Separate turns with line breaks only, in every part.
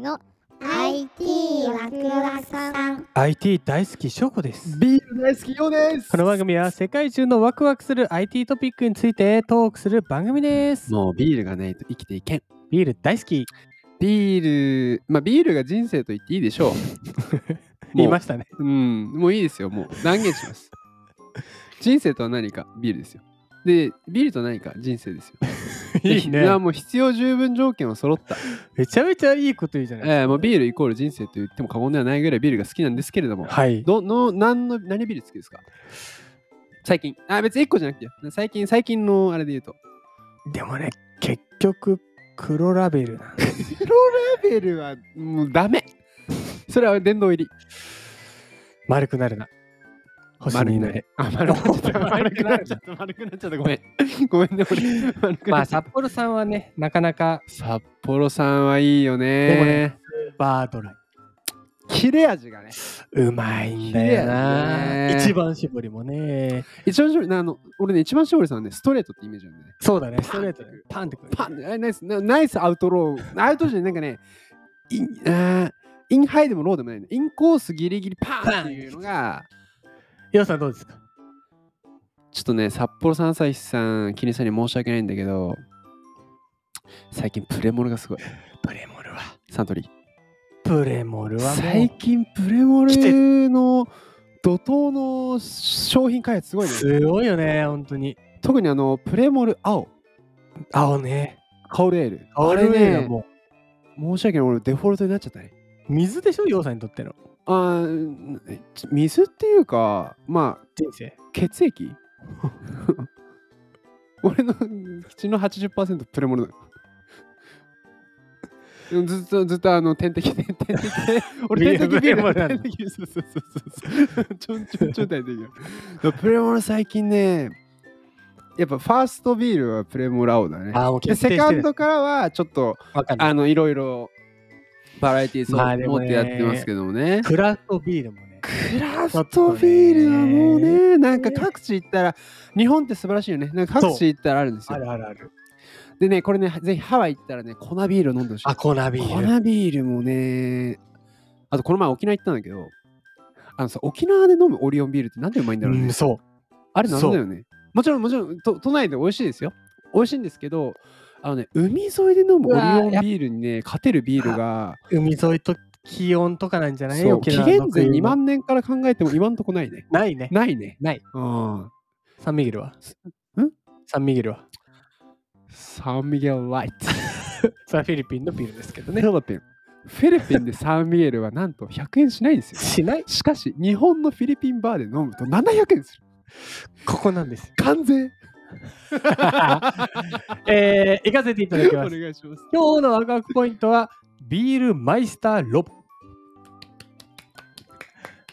の
IT ワクワクさん
IT 大好き翔子です
ビール大好きようです
この番組は世界中のワクワクする IT トピックについてトークする番組です
もうビールがないと生きていけん
ビール大好き
ビールまあビールが人生と言っていいでしょう
言いま
し
したね
たうんもういいですよもう断言し ます人生とは何かビールですよでビールとは何か人生です よ
いいね
やもう必要十分条件は揃 った、
めちゃめちゃいいこと言うじゃないです
えー、もうビールイコール人生と言っても過言ではないぐらいビールが好きなんですけれども
かはい
どの何の何ビール好きですか最近あ別に1個じゃなくて最近最近のあれで言うと
でもね結局黒ラベルなんです
黒ラベルはもうダメそれは殿堂入り
丸くなるな星になれ
あ丸くなっちゃった
丸
丸
く
く
な
な
っ
っ
ち
ち
ゃ
ゃった丸くなっちゃったごめんごめんね俺丸く
ま
な
あ
っちゃっ
札幌さんはね なかなか
た札幌さんはいいよ
でも
ね
ねバードライ
切れ味がね
うまいんだよな、
綺麗だね
一番絞りもね
一番搾りあの俺ね一番搾りさんはねストレートってイメージなんだね
そうだねストレートでパンってくる
パンあナイスなナイスアウトローアウトローじゃないなんかねインあーインハイでもローでもないねインコースギリギリパーンっていうのが
ヨウさんどうですか
ちょっとね、札幌さん、朝日さん、キリさんに申し訳ないんだけど、最近プレモルがすごい。
プレモルは
サントリー。
プレモルはも
最近プレモルの怒涛の商品開発すご
う
いね。
すごいよね本当に
特にあの、プレモル青、
青ね
カオルエール。
あれねも
申し訳ない、俺デフォルトになっちゃったね。
う水でしょヨウさんにとっての
あーえち水っていうか、まあ、
人生
血液 俺の血の80%プレモルだよずっとずっとあの点滴で点滴で俺点滴ビールだ
プレモルなんだ
点滴そうそうそうそうちょんちょんちょん点滴だプレモル最近ねやっぱファーストビールはプレモル青だね
あもう
で
決定
セ
し
カ
て
ン
る
ドからはちょっと
わかんない
あのいろいろバラエティ
まあ
ー
で
を
も
持
ね
ってやってますけどもね
クラフトビールもね
クラフトビールはもうね、なんか各地行ったら、日本って素晴らしいよね。なんか各地行ったらあるんです
あ
よ。
るあるある
でね、これね、ぜひハワイ行ったらね、粉ビールを飲んでほしい。
アコナビール
粉ビールもね、あとこの前沖縄行ったんだけど、あのさ、沖縄で飲むオリオンビールってなんでうまいんだ
う
ろうね。
んそう
あれ謎だよね。もちろん、もちろん都、都内で美味しいですよ。美味しいんですけど、あのね、海沿いで飲むオリオンビールにね、勝てるビールが、
海沿いと気温とかなんじゃない
そう紀
沖縄の
元前
冬の
2万年から考えても今んとこないね。
ないね
ないね。
ない。
うん。
サンミゲルは
ん
サンミゲルは
サンミゲル・ライト。
それはフィリピンのビールですけど
フ
ね
ィリピン。フィリピンでサンミゲルはなんと100円しないんですよ。
しない
しかし、日本のフィリピンバーで飲むと700円する。
ここなんですよ
完全。
えー、行かせていただきます
願いします。
今日のワクワクポイントはビールマイスターロボ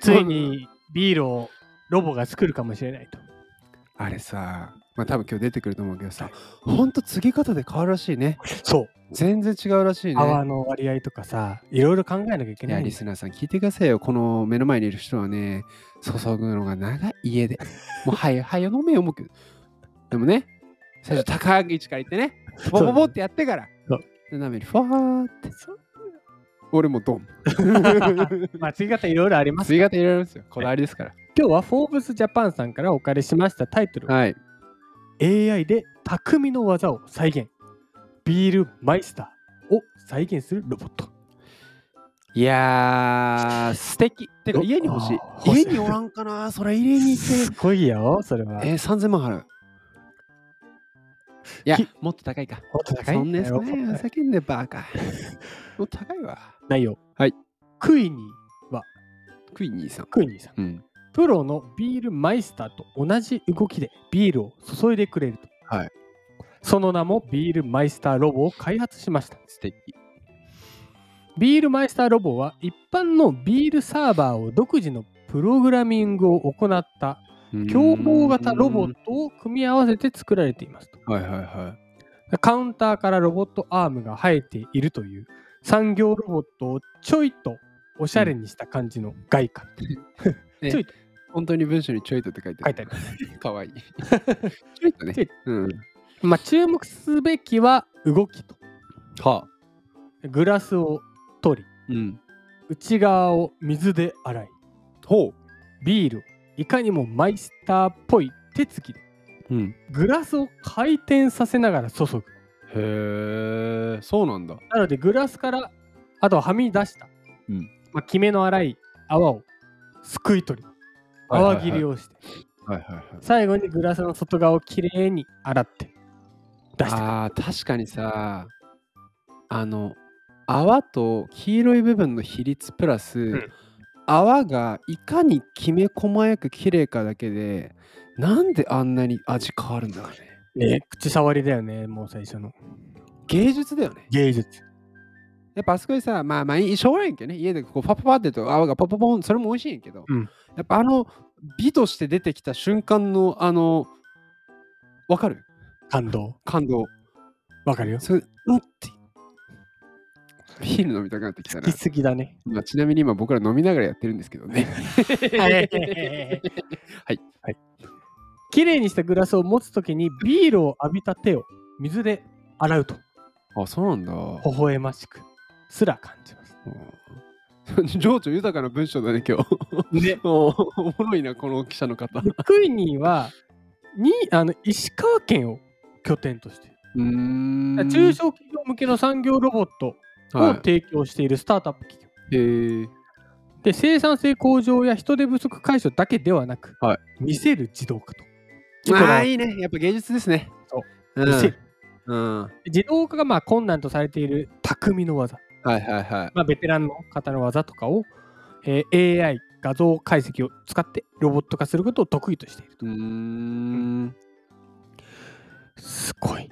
ついにビールをロボが作るかもしれないと
あれさ、まあ多分今日出てくると思うけどさ、ほんと継ぎ方で変わるらしいね。
そう
全然違うらしい
泡
ね。
の割合とかさいろいろ考えなきゃいけ
い
な
や、
いん
リ
です
スナーさん聞いてくださいよ。この目の前にいる人はね、注ぐのが長い家で。もう、はい、はい、飲めよ、思うけど。でもね、最初高い位置から行ってね、ボボボってやってから
そう、
斜めにファーって。俺もドン。
まあ次方いろいろあります
吸い方いろいろですよ。こだわりですから。
今日はフォーブスジャパンさんからお借りしましたタイトル
はい。
AI で匠の技を再現ビールマイスターを再現するロボット
いやー、素敵。てか、
お
家に欲しい
あー。欲しい
家におらんかなそれ入れに行
す
って。
ごいよそれは
えー、3000万払う。いや
き、
もっと高いか。
もっと高い
そんなやつ
もっと高い
ね、叫んでバーカ。 もう高いわ。
内容
はい
クイニー
クイニーさん。
クイニーさん
うん。
プロのビールマイスターと同じ動きでビールを注いでくれると、
はい
その名もビールマイスターロボを開発しました
素敵。
ビールマイスターロボは一般のビールサーバーを独自のプログラミングを行った競合型ロボ
う
ットを組み合わせて作られていますと
ーん。はいはいは
カウンターからロボットアームが生えているという産業ロボットをちょいとおしゃれにした感じの外観、
い。ね
ちょいと
本当に文章にちょいとって書いて
書いてあります
る。かわいい。 ちょいとね
ちょい。
うん。
まあ、注目すべきは動きと
は
グラスを取り
うん。
内側を水で洗い
ほ
ビールをいかにもマイスターっぽい手つきで
う。うん。
グラスを回転させながら注ぐ
へえ、そうなんだ。
なのでグラスからあとははみ出した、
うん
まあ、キメの粗い泡をすくい取り泡切り
を。
をして、
はいはいはい。
最後にグラスの外側をきれいに洗って出してく
ああー、確かにさ、あの、泡と黄色い部分の比率プラス、
ん
泡がいかにきめ細やく綺麗かだけで、なんであんなに味変わるんだろうね。
る、ね、口触りだよねもう最初の
芸術だよね。
芸術
やっぱあそこでさ、まあまあ、しょうがないんけどね、家でこうパパパってと泡がパパポン、それも美味しいんやけど、
うん
やっぱあの美として出てきた瞬間のあの、わかる
感動
感動。
わかるよ
それ、うんって。ビール飲みたくなってきた
好
な
き。すぎだね
まあ、ちなみに今僕ら飲みながらやってるんですけどね。
はい
はい
はいきれいにしたグラスを持つときにビールを浴びた手を水で洗うと
あ、そうなんだ。
微笑ましくすら感じます
うん 情緒豊かな文章だね、今 日。
ね
おおもろいな、この記者の方。う
でクイニーはにあの石川県を拠点としている
ーん。
中小企業向けの産業ロボットを
はい、
提供しているスタートアップ企業、
へー
で生産性向上や人手不足解消だけではなく、
はい
見せる自動化と
あ
だ
ーいいね。やっぱ芸術ですね。
そう
うん。
見せる、
うん。はい
自動化がまあ困難とされている匠の技、
はいはい。
まあ、ベテランの方の技とかを、えー AI 画像解析を使ってロボット化することを得意としている
うーん。
すごい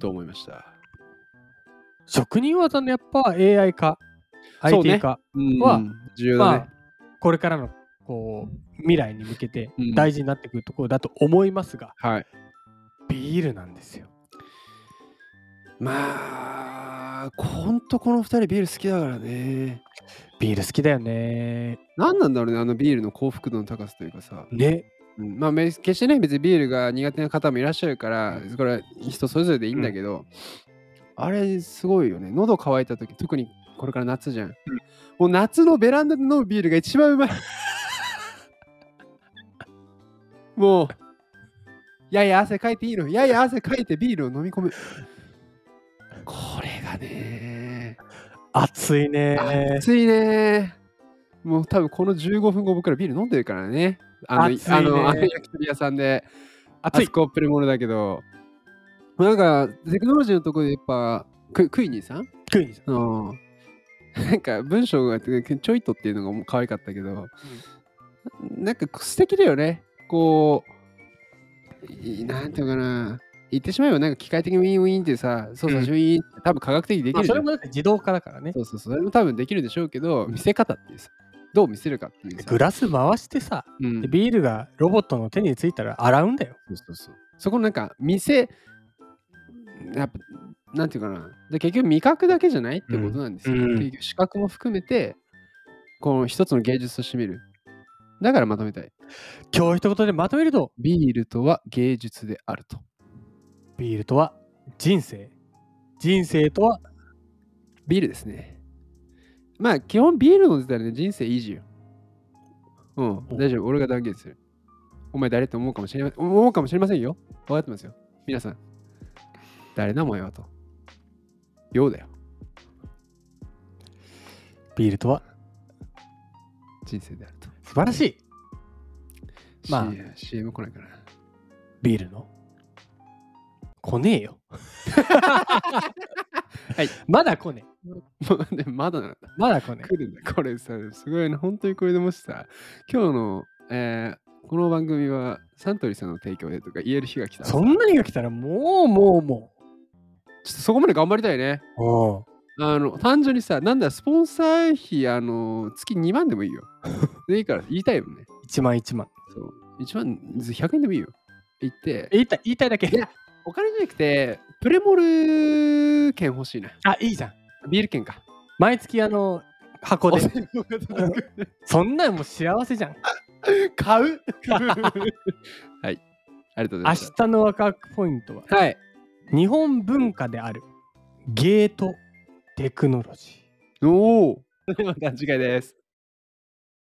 と思いました。
職人技のやっぱ AI 化
そうね
IT 化、
うん
は
重要
ま
だ
あ
ね。
これからのこう未来に向けて
うん
大事になってくるところだと思いますが、
はい。
ビールなんですよ
まあ、ほんとこの二人ビール好きだからね。
ビール好きだよね
何なんだろうね、あのビールの幸福度の高さというかさ。
ね
うんまあ、め決してね、別にビールが苦手な方もいらっしゃるから、これは人それぞれでいいんだけど、あれすごいよね。喉乾いた時、特にこれから夏じゃん。もう夏のベランダで飲むビールが一 番うまい。もう、やや汗かいていいの。やや汗かいてビールを飲み込む。これがね、
熱いね
暑いね。もう多分この15分後僕らビール飲んでるからね。あの、
暑いね
あのあの焼き鳥屋さんで。あ
熱い
そこプレモルだけど。なんかテクノロジーのところでやっぱククイニーさん
クイーンさん
うん。 なんか文章がちょいとっていうのがもう可愛かったけど、なんか素敵だよね。こう、いなんていうのかな。言ってしまえばなんか機械的にウィンウィンってさ、操
う
作
ん
シュイーンって多分科学的にでき
まあ
るじ
そ
ゃん
れもだって自動化だからね
そうそうそう、それも多分できるでしょうけど、見せ方っていうさ、どう見せるかっていうさ。
グラス回してさ
うん
でビールがロボットの手についたら洗うんだよ
そうそうそうそこのなんか、見せ、やっぱ、なんていうかな、で結局味覚だけじゃないってことなんですよ。
うんうん
結局視覚も含めて、この一つの芸術として見る。だからまとめたい。
今日一言でまとめると
ビールとは芸術であると。
ビールとは人生人生とは
ビールですね。まあ、基本ビール飲んでたらね、人生イージーよ。うん、大丈夫。俺が断言する。お前誰って思うかもしれま思うかもしれませんよ。分かってますよ。皆さん。誰なもんよと。ようだよ。
ビールとは
人生であると。
素晴らしいま
ま
あ
あ、CM 来ないかな。
ビールの来ねえよはい まだ来ねえ
まあでもまだなんだ。
まだ来ね
来るんだ。これさ、すごいね。本当にこれでもしさ、今日の、えーこの番組はサントリーさんの提供でとか言える日が来た
え
らさ
そんなにが来たらもうもうも
ちょっとそこまで頑張りたいね。
ううん
あの単純にさ、なんだ、スポンサー費、あの月2万でもいいよ。 でいいから、言いたいよね。
一万一万。
そう。1万、100円でもいいよ。言って、
言いたい、言いたいだけ。
やお金じゃなくて、プレモル券欲しいな。
あ、いいじゃん。
ビール券か。
毎月あの、箱
お
で
歳。暮が届く
そんなんもう幸せじゃん。
買 うはい。ありがとうござい
明
まし
日のワクワクポイントは、
た。はい。
日本文化であるゲートテクノロジ
おお間違いです。